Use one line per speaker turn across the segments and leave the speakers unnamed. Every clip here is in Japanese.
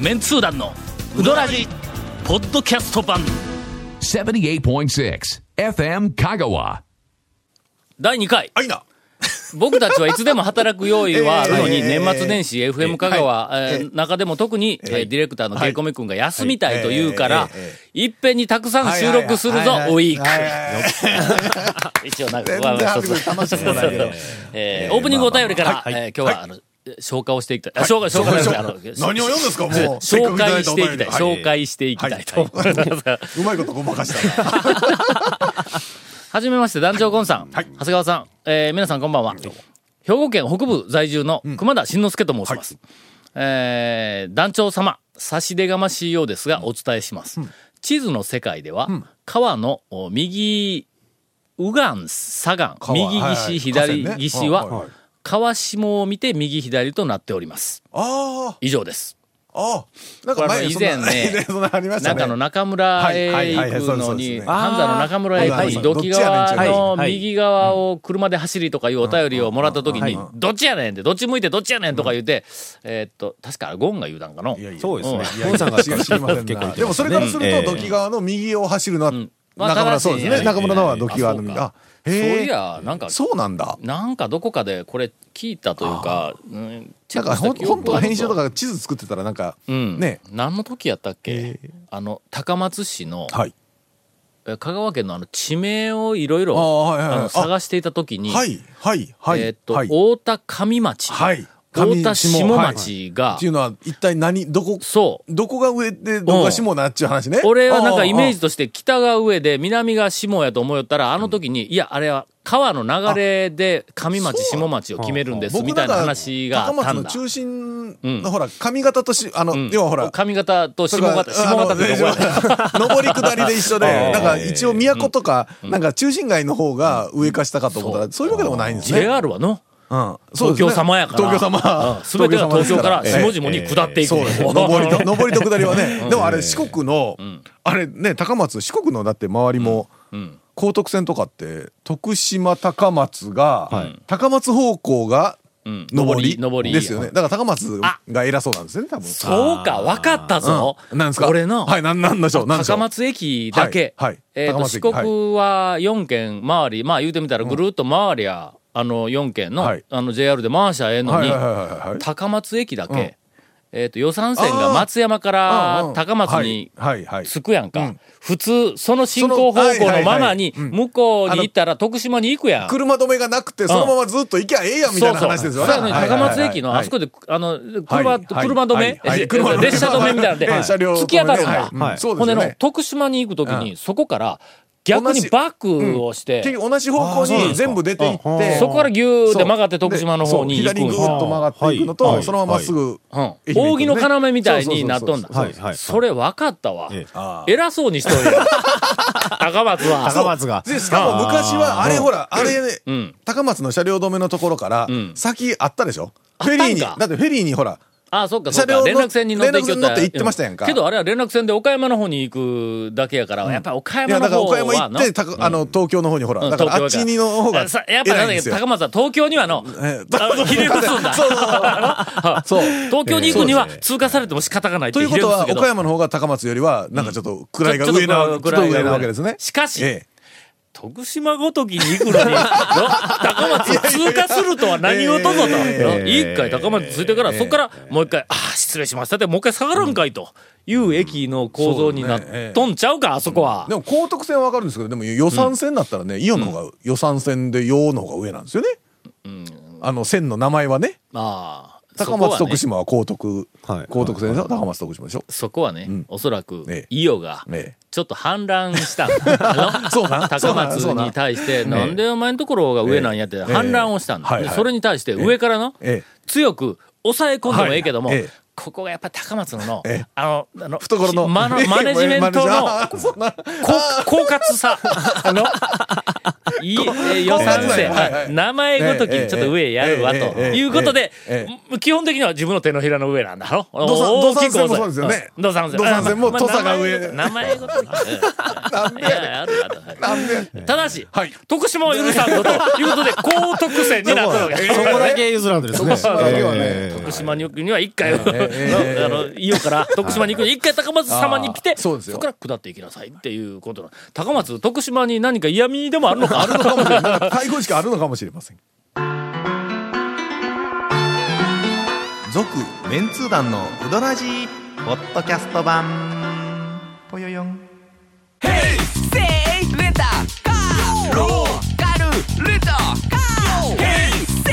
メンツー団のウドラジポッドキャスト版
78.6 FM Kagawa.
第2回
あいな。
僕たちはいつでも働く用意はあるの
え
に、
え
年末年始 FM 香川えー中でも特にえーディレクターのケイコミ君が休みたいと言うから
はいえええ、
いっぺんにたくさん収録するぞ、ウィーク。一応なんか、
全
まあ
然
まあ
ハ
一
ー
つ
ドル楽しくもないけど。
えーオープニングお便りから、えー今日はあの消化をしていきたい。あ消化、消化じゃないあの
何を読んですか、もう。せっか
紹
く
介
だた
し
お
てい
便
き
り
たい。紹介していきたいと思います。
うまいことごまかしたな。
はじめまして、団長ゴンさん、長谷川さん、えー皆さんこんばんは。兵庫県北部在住の熊田慎之介と申します。えー団長様、差し出がましいようですが、お伝えします。地図の世界では、川のお右、右岸、左岸、
川
右
はいは
岸、
い
左
河川ね
岸
はいは、
はい川下を見て右左となっております。
あ
以上です。
あ、ああ。なんか前
これは以前ね
そんなありました
な
ね。
んかあの中村へ
はいはいは
行
い
くの
そう
に、
ですそうです
半座の中村へ行くのに、
あー
土器
どっちやねんちゃ
側
う
の
はい
右側を車で走りとかいうお便りをもらった時に、どっちやねんって、どっち向いてどっちやねんとか言って、えーっと、確かゴンが言うたんかの。
そうですね。
い
ゴ
や
ンさんが
知りませんな。でもそれからすると、土器側の右を走るのは、
まあ
中村、
正しい
そうですね。
ええ
中村の方は土器側の右。
あ
あ、
そうい
へえ。
や、なんか、
そうなんだ。
なんかどこかでこれ聞いたというか、うん、チ
な
ェ
ん
ックし
か、
た
ほん
記憶
本当
がある
編集とか地図作ってたら、なんか、
うん、
ね。
何の時やったっけ、あの、高松市の、
はい。
え香川県のあの地名をいろいろ
ああはいはいはい
あの
あ
探していた時に、
はい、はい、はい。
えーっと、
はい
太田上町。
はい
太田下
上下
町が、
っていうのは、一体何、どこ、
そう。
どこが上で、どこが下なっちゅう話ね。
俺はなんかイメー
ジ。
ジとして北が上で南が下やと思いよったら、あの時に、いや、あれは川の流れで上町、下町を決めるんですみたいな話があった
高
ん
松の
だ。
中心
ん
のほら、髪型とし、あの、
うん
要はほら、
上方と下
だ
方、
から
下方ってどこやった
あ の上り下りで一緒 で、
あー
なんか一応都とか、なんか中心街の方が上か下かと思ったら、そういうわけでもないんですね。
JR はの
うんそ
東
うです
京
ね
様やから。
東京
う
様
ん。全てが東京から下
ええ
々に下っていく。
そう ですね。上 りと、上りと下りはね。でもあれ四国の、あれね、高松、四国のだって周りも、高徳線とかって、徳島高松が、高松方向が、
ん
上り
上り
ですよね。だから高松
あ
が偉そうなんですよね、多分。
そうか、わかったぞ。
うんなんですか
俺の、
はい、なん、なんでしょう、なんでしょ
高
う。
松駅だけ、
はいはい
えー
高
と
松
四
駅
国は4県回り、まあ言うてみたらぐるっと回りゃ、あの4県の,、
はい
あの JR で回しゃええの
はい
に、
はいはいはいはい。
高松駅だけ、えーと予算線が
あー
松山か
うんう
ら
ん
高松に
はいはいはい
着くやんか、
うん
普通その進行方
そ
向
のは
の
いは
ま
い
ま
はい
に
うん
向こうに行ったら徳島に行くやん。
車止めがなくて、そのままずっと行きゃええやんみたいな話ですよね。
そうそうそうやね高松駅のあそこで、あの、車、
はい
車止
はい
め、
はい
え
車止め
列車止めみたいなんで、
はい車両
突き当たるんだ。
はい
はい
そうです
骨
よ
の
ね。
徳島に行くときに、そこから逆にバックをして、
結局同じ方向に全部出ていって、
そこからギューって
そう
曲がって徳島の方に
で
行
そ
くん
う左にぐ
よ。
ーっと曲がっていくの
は
と、
い
そのまままっすぐ。
うん
愛媛
扇
行く
の
ね
要みたいになっとんだ。
そうそうそうそう
はいはいはい
それ分かったわ。
ええ
偉そうにしとる よ。高松は。
高松が。
で、しかも昔は、あれほら、あれね
ん、
高松の車両止めのところから
ん、
先あったでしょ
っ
フ
た
ェ
ん
リ
か
ーに、だってフェリーにほら、
あ、そっか、そっか。
車両
連
の
絡船に乗って行きよ
連絡船乗って行ってましたやんか
うけどあれは連絡船で岡山の方に行くだけやから、やっぱり岡
いや、
山の
だから
方
岡山
は
行
な
って、たかあの、東京の方にほら、
うん
だからあっ
東京
ち
や
にの方が
あさやっぱ
偉い
り
ん
ね
ですよ。
高松は東京にはの、
ええ
あのひれ伏すんだ。
そうそうそ
そ
う
う。東京に行くには通過されても仕方がないって
ということ
ひれ伏
は、
すけど
岡山の方が高松よりは、なんかちょっと位が
ちょっと
上な、ちょっと
位が
上なわけですね。
しかし
え
徳島ごときに行 くのに、高松を通過するとは何事ぞと。一回高松ついてから、そこからもう一回、ああ、失礼しましたって、もう一回下がるんかいという駅の構造になっとんちゃうか、あそこは
え。で。も、高徳線はわかるんですけど、でも予算線だったらね、イオンの方が、予算線で洋の方が上なんですよね。あの、線の名前はね、
まあ、
高松徳
そこはね。
島は高徳
はい、
高徳線でしょ高松徳島でしょ
そこはね、おそらく
ええ、
伊予が、
ええ
ちょっと反乱したんだあの
そうな ん
高松
そうなん
に対して、なんでお前のところが上なんやって反乱をしたんだ。
ええはい
で
はい
それに対して上からの
ええ
強く抑え込んでもええけども
はいええ、
ここがやっぱ高松のの
ええ、
あの、あの、
懐の。
マ ネマネジメントの
あーそんな
こ狡猾さ、あの、いいえー予算
狡猾なん
制、
やはいはい
名前ごときにちょっと上やるわと
ええええええ
いうことで
え、
基本的には自分の手のひらの上なんだろ
土
大
産
きく
土産もそうですよね
土産線
土産線も土佐が上
名前ごとき。うんいやあるわとはいい。
なんで
ただし、
はい
徳島は許さんぞということで、高得点になったわけ。
そこだけ譲らんとですね。
そこだけはね
えー
徳島に行くには一回、
ええ
あの、伊予から徳島に行くには一回高松様に来て、
ーそうですよ
こから下っていきなさいっていうことなの高松、徳島に何か嫌味でもあるのかあるのかもしれない。
対抗意識あるのかもしれません
続メンツー団のウドラジーポッドキャスト版ぽよよん
せいレンタカーローカルレンタカーヘイセ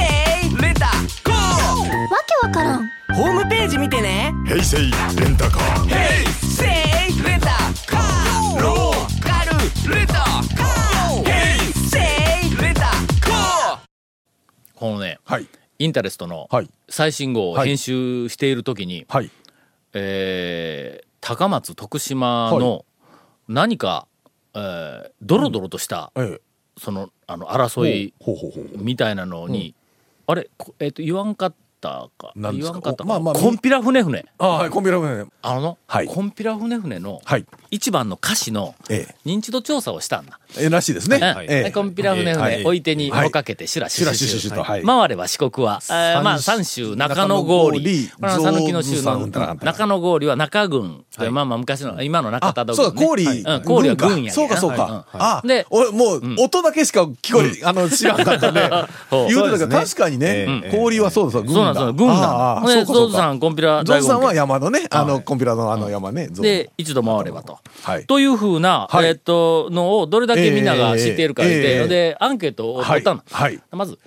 イレンタカーわけわからんホームページ見てねヘイセイレンタカーヘイセイレンタカーローカルレンタカーヘイセイレンタカー
このね、
はい
インタレストの
はい
最新号を
はい
編集しているときに、
はい
えー高松、徳島の何か、えードロドロとした、
え
その、あの、争い
ほうほうほうほう
みたいなのに、あれ、こえっ、と、言わんかったか。
何で
言
す
わ
か
んかったか。
まあまあ
コンピラ船船。
あはいコンビニラブね
あの、
はい
コンピラ船船の
はい
一番の歌詞の
ええ
認知度調査をしたんだ。
えらしいですね
うん
ええ
コンピラ船
はい
船、置い手に追っかけて、しらし
シュラシュシュ
し
シ
ゅ
ュ。とはい
回れば四国は、えーまあ、三州、中野郡、これは
中野
讃
郡
岐の州の
象頭山
中野郡は中郡、まあまあ昔の、今の中田
あ
道
そうだ
郡
郡
ね、うん郡は郡や
そうかそう
はい
か
うん
あ
で
俺もう音だけしか聞こえあの知らんかったね
そう
言うてたけど確かにね氷はそうだそう
そうなんですよ、軍
あ
が。
あ
ほん
そう
で、
か
ゾ
そ
ウ
う
ズさ
か
ん、コンピラ
ゾウ
大
さん
権
は
現
山のねあのコンピラのあの山ねゾウ
で、一度回ればと。
はい
というふうな、
はい
えーっと、のをどれだけみんなが知っているか言って、
ええええ
で、アンケートを取ったの。
はいはい
まず、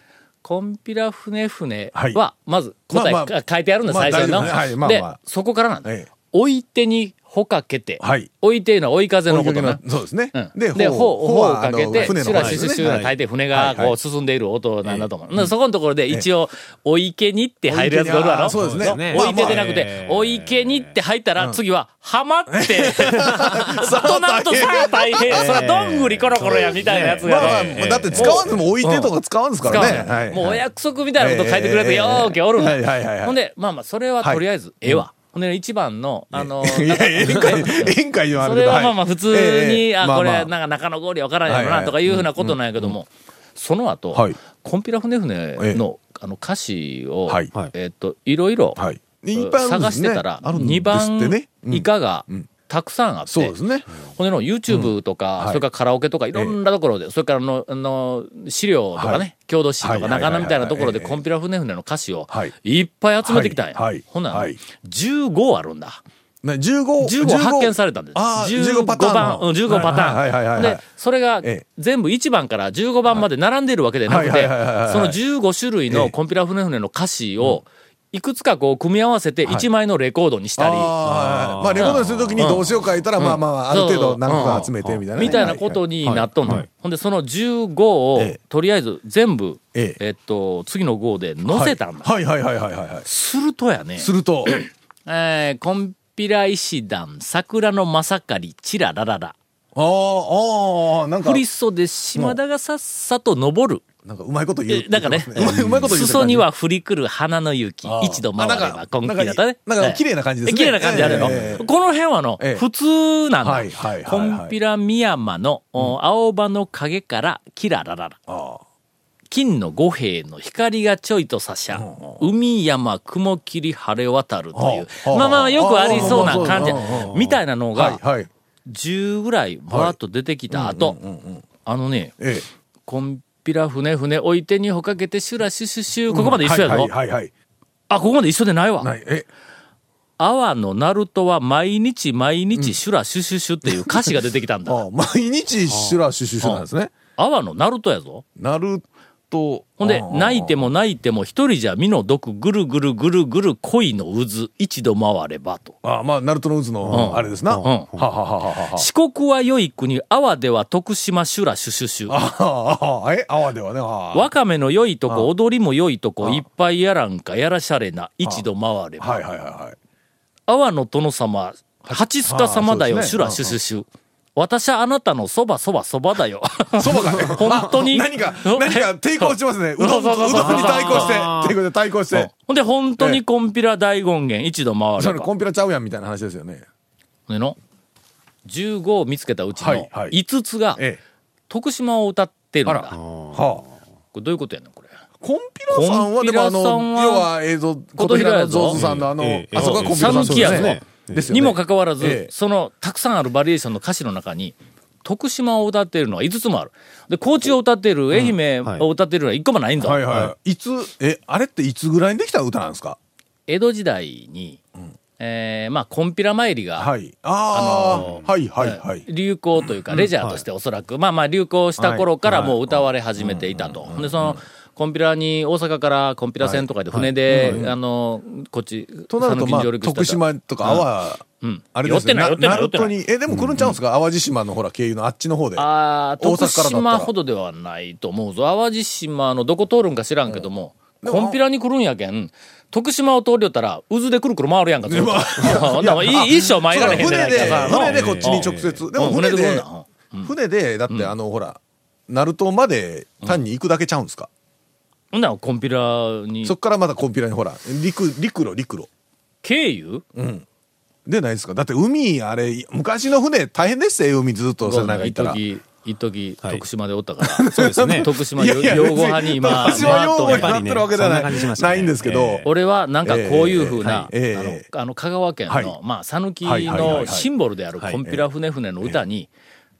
コンピラ船船
はい
は、まず答え、
まあまあ
か書いてあるんだ、
まあ
最初の、
大丈夫ねはいまあ
で
まあ、
そこからなんだ。
ええ
置い手にほかけて、
はい
置い手の追い風のことな。
そうですね
うん
で
で、
帆
ほう、ほうを
はあ
か
の
けて、シ
船の
ュラシュシュシュラ
はい
大抵船が
はい
こ
は
う
い
進んでいる音なんだと思う。そこのところで一応、お池にって入るやつがおるわろ
そうですね
の
まあまあ
お池でなくて、お池にって入ったら、次は、はま って、となるとさあ大変、そらどんぐりコロコロやみたいなやつ
まあ
が
まあ
ね。
だって使わんでも置いてとか使わんですか
使
ら
わ
ね
な
はいい
もうお約束みたいなこと書いてくれてよーけおるん
はいはいはいは
だ
い
ほんで、まあまあ、それはとりあえず、ええわ。ほんで、一番の、あの、
いや宴会宴会のあ
そ
るけ
れ
ど
は
はい
まあまあ普通に、
ええ
あ、
ま
これ、
ま
なんか中野氷わからんやろ
はいは
ないとかいうふうなことなんやけども、その後、
はい
コンピラ船船の,、あの歌詞を、
はい
えっと、いろいろ、
はい
探してたら、2番以
か
下が、たくさんあって、
そうですね
ほんでの YouTube とか、
はい
それからカラオケとかいろんなところで、それからあのあの資料とかね、
は
郷土史とか、
はいはいはい
中野みたいなところで、
ええ
コンピラ船船の歌詞を
はい
いっぱい集めてきたんや。
はいはい
ほんなら、
はい
15あるんだ。
ね15
15発見されたんです。
あー15パターン
番、うん15パターン。
はいはいはいはいはい
で、それが
ええ
全部1番から15番まで並んでるわけでなく
は
て
いはいはいはいはい、
その15種類
え
の
え
コンピラ船船の歌詞を、いくつかこう組み合わせて1枚のレコードにしたり、
あーまあレコードにするときに動詞を書いたら、まあまあある程度何個か集めてみたいなね、
みたいなことになっとんの。
はいはい
ほんで、その15を、
ええ
とりあえず全部、え
え
っと、次の号で載せたんだ。
はいはいはいはいはいはい
するとやね、
す ると
えーコンピラ石段、桜のまさかり、チララララ。
あーあーなんか
振り袖、島田がさっさと登る。
なんかうまいこと言う
えなんかね
うまいうまいこと言う
裾には降りくる花の雪
あ、ー
一度回れ
あな
ば
んか
今季だったね。
なんか
ええ
綺麗な感じですね
綺麗な感じあるやろ
ええ
この辺はあの、
ええ
普通なんだ。
はいはいはいはい
コンピラミヤマの、お青葉の影からキララララ。金の五兵の光がちょいと差しゃ、海山雲霧晴れ渡るという、
はあはあ
まあまあよくありそうな感じ
はあはあはあはあ
みたいなの
はい
が
はい
10ぐらいバーッと出てきた後、あのね、
ええ
コンピラ船船置いてにほかけてシュラシュシュシュここまで一緒やぞ、
はいはいはいはい
あここまで一緒でないわ
ないえ
阿波のナルトは毎日毎日シュラシュシュシュっていう歌詞が出てきたん
あ
だ
ー毎日シュラシュシュシュなんですね
阿波のナルトやぞ
なると
ほんで泣いても泣いても一人じゃ身の毒ぐるぐるぐるぐる恋の渦一度回ればと
あーまあナルトの渦
う
の
ん
あれですな、
ん
はははははは
四国は良い国阿波では徳島シュラシュシュシュ
あーあーえ泡では ねあー
わかめの良いとこ踊りも良いとこいっぱいやらんかやらしゃれな一度回れば
はいはいはいはい
阿波の殿様、八塚様だよ、
ああ
シ
そ
ュ
う
ラ
で
シ
す
ュ
ね
シュシュ。私はあなたのそばそばそばだよ。
そばがね。
本当に
あ何か、何か抵抗しますね。うどん、う
そうそうそう
どんに対抗して、
あー
抵抗して、対抗して。
ほんで、本当にコンピラ大権現一度回
そ
れ
れ
ば。
コンピラちゃうやんみたいな話ですよね。
での、15を見つけたうち
は
の
いはい
5つが、
え
徳島を歌ってるんだ。こ
はあ
れどういうことやねん、これ。
コンピラさんはでもあ
コンピラ
の
さんは
要は映像琴平のゾウズさんのあの、
ええ
あそこがコンピラさん
讃岐やぞ、
ですよ
に
ね
もかかわらず、
ええ
そのたくさんあるバリエーションの歌詞の中に徳島を歌っているのは5つもあるで高知を歌っている愛媛を歌っているのは1個もないんだ、
はいはいいつえあれっていつぐらいにできた歌なんですか
江戸時代に、えーまあコンピラ参りが、
はいああ、はいはいはい、
流行というか、レジャーとしておそらく、まあまあ流行した頃からもう歌われ始めていたと。で、その、コンピラに、大阪からコンピラ船とかで船で、あの、こっち、
となる
讃岐
とま
に
あ
上陸してた
徳島とか阿波、
ん
あれです
寄ってない寄
鳴
ってない
門にえでも来るんちゃうんですか、淡路島のほら経由のあっちの方で
ああ、
大阪か
徳
らだったら
島ほどではないと思うぞ。淡路島のどこ通るんか知らんけども、
ん
コンピラに来るんやけん、徳島を通りよったら、渦でくるくる回るやんか、ずっと。 ほんならいい一生前られへんじゃな
船
いか
で
さ。
船でこっちに直接で
う
も
ん
船
船で来るん
で
だ
船でだってあのほら鳴門まで単に行くだけちゃうんですか、
ほんならコンピラに
そ、っからまたコンピラにほら陸陸路陸路
経由
でないですかだって海あれ昔の船大変ですよ海ずっとそれなんか行っ
一
たら。
時一時
はい
徳島でおった から、そうです
ね
徳島
いやいや
擁護派に今、
別に私は
まあ
擁護になってるわけじゃな
やっぱりねそんな感じしま
い
すね
ないんですけど
え
俺はなんかこういうふうな、
ええはいええ
あのあの香川県の、
はい
まあ讃岐
はいはいはいは
の
い
シンボルである
はい
コンピラ船船の歌に、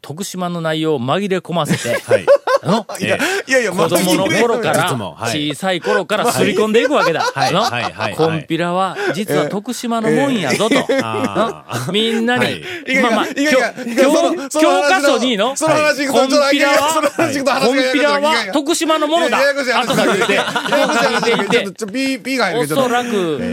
徳島の内容を紛れ込ませて、
はい。
あの
いやいやいや
子供の頃か
い
ら
つも、はい
小さい頃から刷り込んでいくわけだ。
はい
の
はいはい
コンピラは、実は徳島のもんやぞと。
あー
のみんな
は
に
い、
まあまあ、
いやいやいやいや
教
その
教教
その
科
話の
書にの、
その話行くと
コン
ちょっと
ピラ
その話行くと
は、
話
コ
が
ンピラ
いやいやい
は
や
徳島のものだ。
いやややこしい話
後から言って、後から 言って言って。
ちょっとピーピーが入
お
るけどちょ
そ
っと
らく、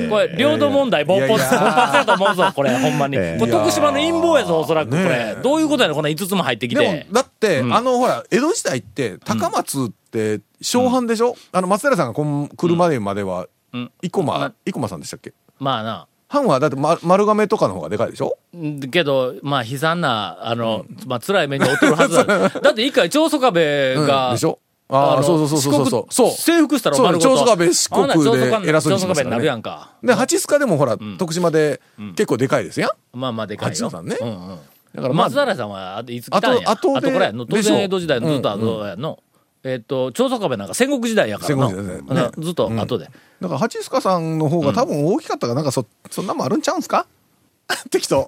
これ、領土問題、勃発、
いやい
勃
や
発やと思うぞ、これ、ほんまに。これ、徳島の陰謀やぞ、おそらく、これ。どういうことやねんこんな5つも入ってき
で
て
も。だって、あのほら江戸時代って高松って小藩でしょ、あの松平さんがこん来るまでまでは
ん
生駒、
ま
生駒さんでしたっけ
まあな。
藩はだって、ま、丸亀とかの方がでかいでしょ
んけど、まあ、悲惨な、あの、まあ、辛い目に遭ってるはずだ。 だって、一回、長宗我部
うん
が
でし、ょあ
の
あそうそうそうそうそ
四
うそう
国征服したら丸ごと
そう長宗我部四国で
あんな長宗我部
偉そうにしま
長宗我部
すからね
になるやんか。
で八塚でもほら、徳島で結構でかいですやん、
まあまあ、でかいよ。
八野さんね
うんうん。
だからまあ
松平さんは、あといつ来たんや。
あとあとで
これやんの。当
でしょ
然、江戸時代のずっと後やんの。えっと、長宗我部なんか戦国時代やからな。
戦国時代だ
な
よね
ずっと後で。
だから八塚さんの方が多分大きかったからなんかそそんなもんあるんちゃうんすか 適
ね
当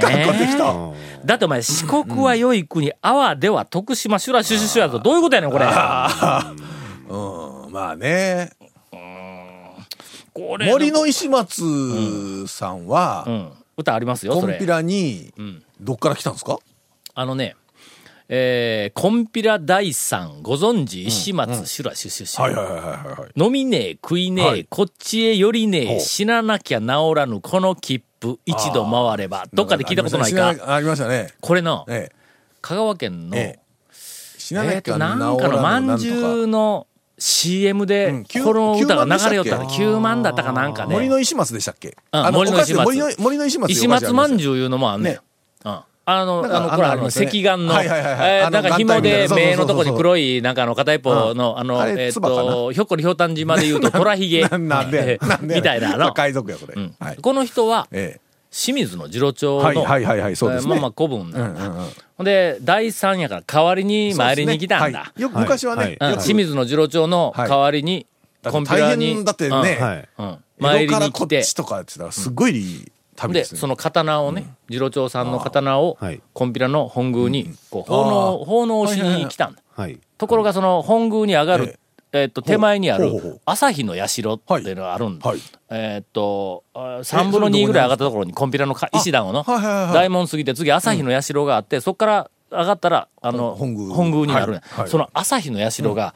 かっこ適当
だってお前、四国は良い国、阿波では徳島、修羅、シュシュシュやと、どういうことやねん、これ。
うんまあね
これ
森の石松さんは、
うん。歌ありますよ、そ
コン
れ
ピ。ラにどっから来たんですか、
あのね、えー、コンピラ大さん、ご存知、石松、修羅、シュシュシュ。
はいはいはいはい
飲みねえ、食いねえ、
はい
こっちへ寄りねえ、
う
死ななきゃ治らぬ、この切符、一度回れば。どっかで聞いたことないか
ありまし。たねありましたね
これの、
ええ
香川県の、
ええ死な
え
な
ー
き
と、
ゃ治
な
ら
ん
ぬ
かのまん
なん
じ
と
ゅう
か
の CM
う
で
ん、九
この歌が流れよった
九万
の。
で
9万だ
したっけ
ったかなんかね。
森の石松でしたっけ、
うん
あの
森の石松
お菓子で森の森の石松ってい
石
うお菓子
松
あり
ま
ましたよ
んじゅういうのもあんねん。
ね
うんあの、
なん
あ
か
の、
あの
これあ
あり
の、
ます
石
ね
岩の、
はいはいはいはい
えー
あの
なんか紐で
眼帯みたいな
目のとこに
そうそうそうそう
黒い、なんかあの、片一方の、あの
あ、れ
えっ
唾か
と、ひょっこりひょうたん島で言うと、虎ひげ。
ななんで
えー
なんで
みたいなの。
海賊やこれ、
うん
はい、
この人は、
え
清水の次郎町の、
はいはいはいはいそうですね
えーまあまあ古文
えう
なん
ん
だ。
うんうん
ほんで、第三やから代わりに参りに来たんだ
そうですねは。いよく昔はね、
はい
うん
よく
清水の次郎町の代わりに、
だって
コンピューターに。
大変だってね
うん
はい。
うん
江
参
戸
り
から
に
こ
来
ってち、とかって言ったらすごい旅
で、
ですね
その刀をね、次郎長さんの刀を
あーはい、
コンピラの本宮に、こう、奉納、奉納しに来たんだ。
はい。
ところが、その本宮に上がる、えっと、手前にあ
ほうほうほ
る
う、
朝日の社っていうのがあるんだ
はいはい。
えっと、3分の2ぐらい上がったところにコンピラのか石段をの、
はいはいはいはい
大門過ぎて、次朝日の社があって、そこから上がったら、あの、
本宮
本宮になるんや
はいはい
その朝日の社が、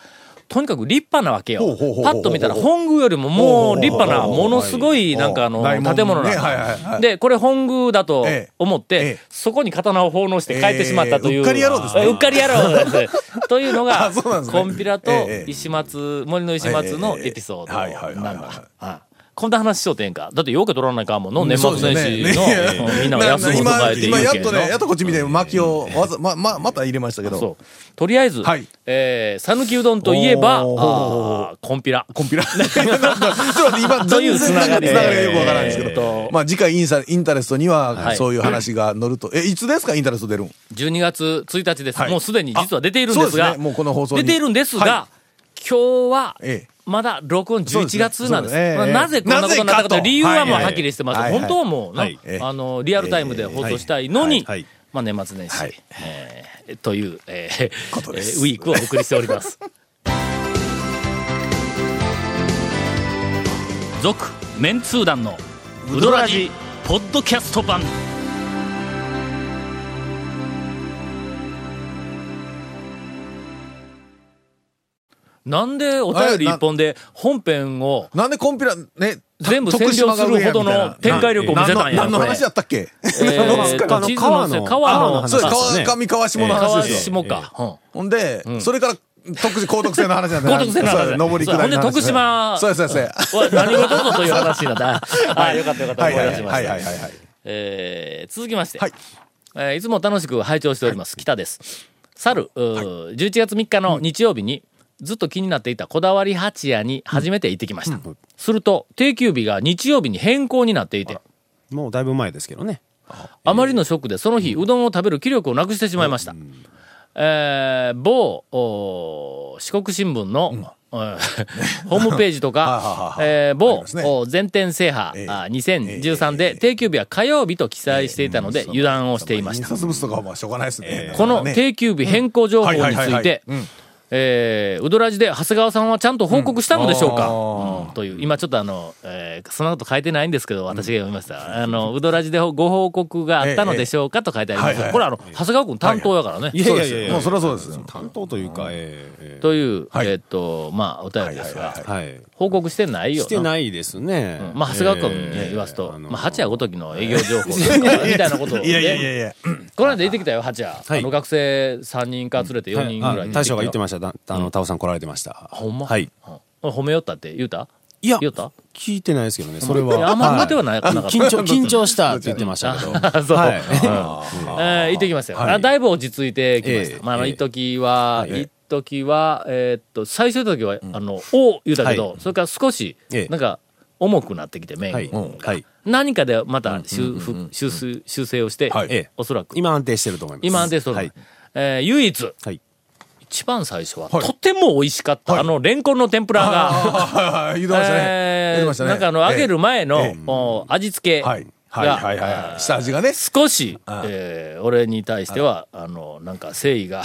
とにかく立派なわけよ
ほうほうほうほ。う
パッと見たら、本宮よりももう立派な、
ほうほうほ
も
う
のすごい、なんかあの、
大門
建物なん
ねはい
だ
はいはい
で、これ本宮だと
ええ
思って、
ええ
そこに刀を奉納して帰ってしまったという。
ええうっかり野郎ですね
えうっかり野郎です。 というのが、
あそうなんですね
コンピラと
ええええ
石松、森の石松のエピソード
はいはいはい
な
はい
んだ。あこんな話しようてええんか。だってようけ取らないかんもんの、年
そう
末
で
年
す
始
よね
の、 うんみんなが休むと
な
か
な
えて
今
言
や
う
っ
けん
と
の
ねやっとこっち見て薪をわざまままた入れましたけど
そう。とりあえず、
はい
えー、讃岐うどんといえば、あ
おー
ーコンピラ。
コンピラ ちょっと待って今
という
全
つ
然
な
なん
が
か
り
つながりがよくわからないんですけ
えー
どまあ次回インサインタレストには
はい
そういう話が乗るとえいつですかインタレスト出るん
12月1日です。
はい
もうすでに実は出ているんです
あそう
が、
ですねもうこの放送
出
に
ているんですが、
は
今日は、
ええ
まだ録音
そうです
11
ね
月なんです。
そうですねええ
まあなぜこんなことになったかという理由
な
は
ぜかと
もうはっきりしてます。
はいはい
本当はもうな、
はい
ええ
あの、リアルタイムで放送したいの
え
に、
えはいはい
まあ年末年始、
はい
えーという、えー
こと
え
で
ー
す
ウィークをお送りしております。続、メンツー団のウドラジポッドキャスト版。なんでお便り一本で本編を
なんでコンピラねた
全部占領するほどの展開力を見せたんや。
何の
これ
話やったっけ
えーと地図のせ川の話
そう
か。
川上川下の
川
話ですよ
下か。うん
ほんでそれから徳島高徳線の話なんで
高徳線の話
そう上り下りの話
ほんで徳島
そうですそうです
おい何事ぞという話になった。はい、よかったよかった。
はい
思
はいい
出しま
はい
した。
はいはいはい
えー続きまして、
はい
いえーいつも楽しく拝聴しております、北です。去る、うー11月3日の日曜日に、ずっと気になっていたこだわり八屋に初めて行ってきました。すると、定休日が日曜日に変更になっていて、
もうだいぶ前ですけどね。
あまりのショックで、その日、うどんを食べる気力をなくしてしまいました。えー某、おー四国新聞の、えー ホームページと
い はい
か
は、いはい
えー
あり
某
ますね、
お全店制覇、
ええ
あ2013で、定休日は火曜日と記載していたので、油断をしていまし
印
た。
刷物とかはまあしょうがないですね
この
ね
定休日変更情報につ
はいはいはいいはい
て、えー、うどらじで長谷川さんはちゃんと報告したのでしょうか、
う
うんという、今ちょっとあの、えーそんなこと書いてないんですけど、私が読みました。あの、うどらじでご報告があったのでしょうかと書いてあります
えええ
が、
え
これあの、長谷川君担当やからね。
そうですよもうそりゃそうですよ
担当というか、えええ
という、
はい
えーっと、まあ、お便りですが、
はいはい
えはい。
報告してないよ
してないですね。
うんまあ、長谷川君
え
に
え
言わすと、
あの
まあ、八谷ごときの営業情報とかみたいなことを、
いやいやいやい
ね
や
この間行ってきたよ、八谷。
はい
あの、学生3人か連れて4人ぐらい行きた
あ
よ
大将が言ってました。だあの、タオさん来られてました。
ほんま
はい。
うん褒めよったって言うた
いや、
言うた
聞いてないですけどね、それ
いや
は。
あんま褒めては
はい
なかったな
緊張、緊張したって言ってましたけど。
あそう。
はい
えー行ってきましたよ。
はい
あだいぶ落ち着いてきまし
え
た。
え
まあ、あの、
ええ
一時は、一時は、えーっと、最初の時は、あの、おう言うたけど
は、い
それから少し
ええ、
なんか、重くなってきて、メイン
は
が。
い。はい。
何かでまた修復、修正修正をして、
いええ
おそらく。
今安定してると思います。
今安定するの
はい。
えー唯一、
はい。
一番最初は、
はい
とても美味しかった、あの、レンコンの天ぷらが、
ああ言ってましたね言っ
え
てました
ー
ね
なんかあの、揚げる前
え
の
え
お味付け
は
が
い、はいはいはいはい下味がね
少し
ああ、
えー俺に対しては、あの、なんか誠 意が。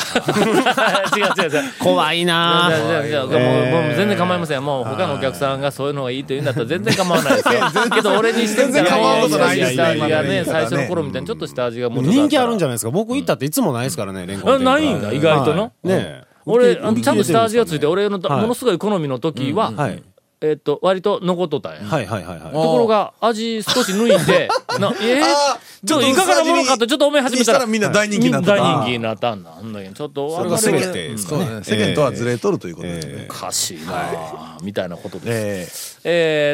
違う違う違う。
怖いなぁ。
違う違う違うもうもう全然構いません。もう他のお客さんがそういうのがいいと言うんだったら全然構わない ですよ。けど俺にしてみた
全然構
ら
わ
もう
んことないです
下味がね、
今の言い方
最
ね
初の頃みたいにちょっと下味がもう
人気あるんじゃ
ない
ないですか。僕行ったっていつもないですからね、レンコン
あ
天ぷら
ないんだ意外との
はいねえ
俺、あのちゃんと下味がついて、俺のだ
はい
ものすごい好みの時は、
はい。
えっと、割と残っとったんや。
はいはいはいは
と
い。
ころが、味少し抜いて、なえー
あー
ちょっといかがなものかとちょっと思い始めたら、
にしたらみんな大人気になった
みん大人気になったんだ。ほんだけどちょっと
そ
我
れが全
々
て
が
です
そ
か
う
ね。
ね世間とはずれとるということです
え
ね
おかしいなあみたいなことです。
え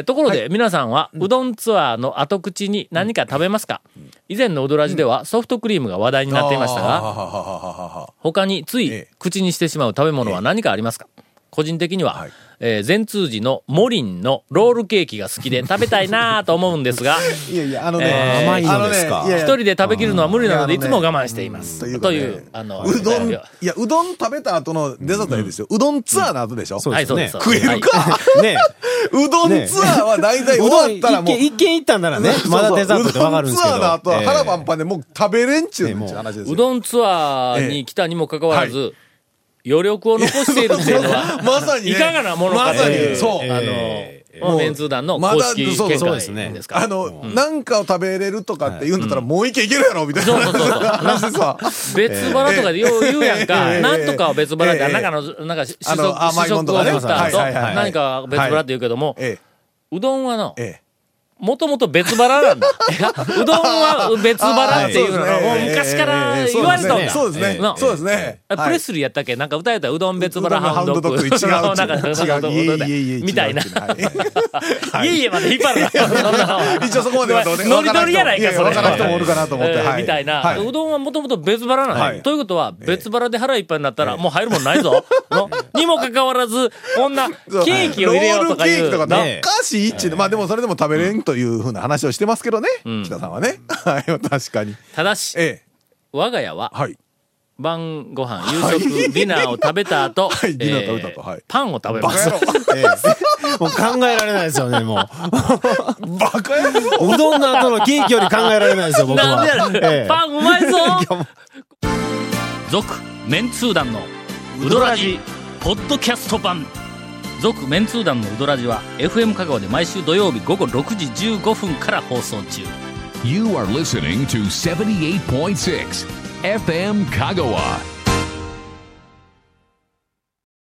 えーところで、皆さんは、うどんツアーの後口に何か食べますか、以前のうどらじではソフトクリームが話題に
え
なっていました
あーは
が、
ははははは
他につい
ええ
口にしてしまう食べ物は何かありますか、個人的には、
はい
えー善通寺のモリンのロールケーキが好き で食べたいなあと思うんですが、
いやいやあの
えー
甘いのです
あ
か
のねいやい
一
や
人で食べきるのは無理なので、
う
い
ん
つも我慢していま
と
す。
いう
と
かね
いう、あの、
うどんい
は
やうどん食べた後のデザートはですようどんツアーの後でしょ
そう
い、そうです。
ね
そうです
食えるか
はい
ね
うどんツアーは大体
え。
終わったらもう
うどん一軒一軒行ったんな らね、まだデザートってわかるんですけ
う
ど。
どんツアーの後は腹パン
ン。
パンでもう食べれんちゅうねん
ええ
ちゅう話ですよ
うどんツアーに来たにもかかわらず、余力を残しているっていうのは、
まさにね
いかがなものか
ま
と
さ
い
に
う、
そう
あの、
え
まあメンツー団の
まだ
公式見
そうそう
そう
解
ですね
ですから。
あの、なんかを食べれるとかって言うんだったら、もう一軒いけるやろみたいな
そうそうそう
話でさ。
別腹とかでよう言うやんか、
ええ
なんとかは別腹って、
ええ
なんかの、なんか試食、
あの
試
甘い
食
もんと
を
かね
取った
はい
後、
はいはいはい
何かは別腹って言うけども、
え
うどんはの
え、、え
もともと別腹なんだ。 うどんは別腹っていうの
あ
は、
ーそう
も
ですね
う昔から言われたんだ。
そうですね
な。
そうですね。
あプレスリーやったっけなんか歌えたらうどん別腹ハウンドドッグ。
うどんのハウンドドッグ違う
なんか
違う
うどんだ
いえいえいえ
みたいな。
違う
いえいえまで引っ張るな。 そんなのは
一応そこまではどうね
ノリノリやないか、それ。
わからん人もおるかなと思って
えー
はい
みたいな。
はいう
どんはもともと別腹なんだ。
はい
ということは、別腹で腹いっぱいになったら、もう入るもんない ぞ。のにもかかわらず、こんなケーキを入れようとかいう。
ロールケーキとか
な
ね。おかしいっちゅうのまあでもそれでも食べれんというふうな話をしてますけどね。北さんは ね。はい、確かに。
ただし、
ええ。
我が家は、
はい。
晩ご飯、夕食、ディナーを食べた後、
はいディナー食べた後
え
はい
パンを食べます。
ええもう考えられないですよね、も
バカやろ
う。うどんの後のケーキより考えられないですよ、僕は。
なんでや
え
ね
え
んパンうまいぞ続、メンツー団のウドラジ、ポッドキャスト版。続、メンツー団のウドラジは、FM 香川で毎週土曜日午後6時15分から放送中。
You are listening to 78.6 FM Kagawa.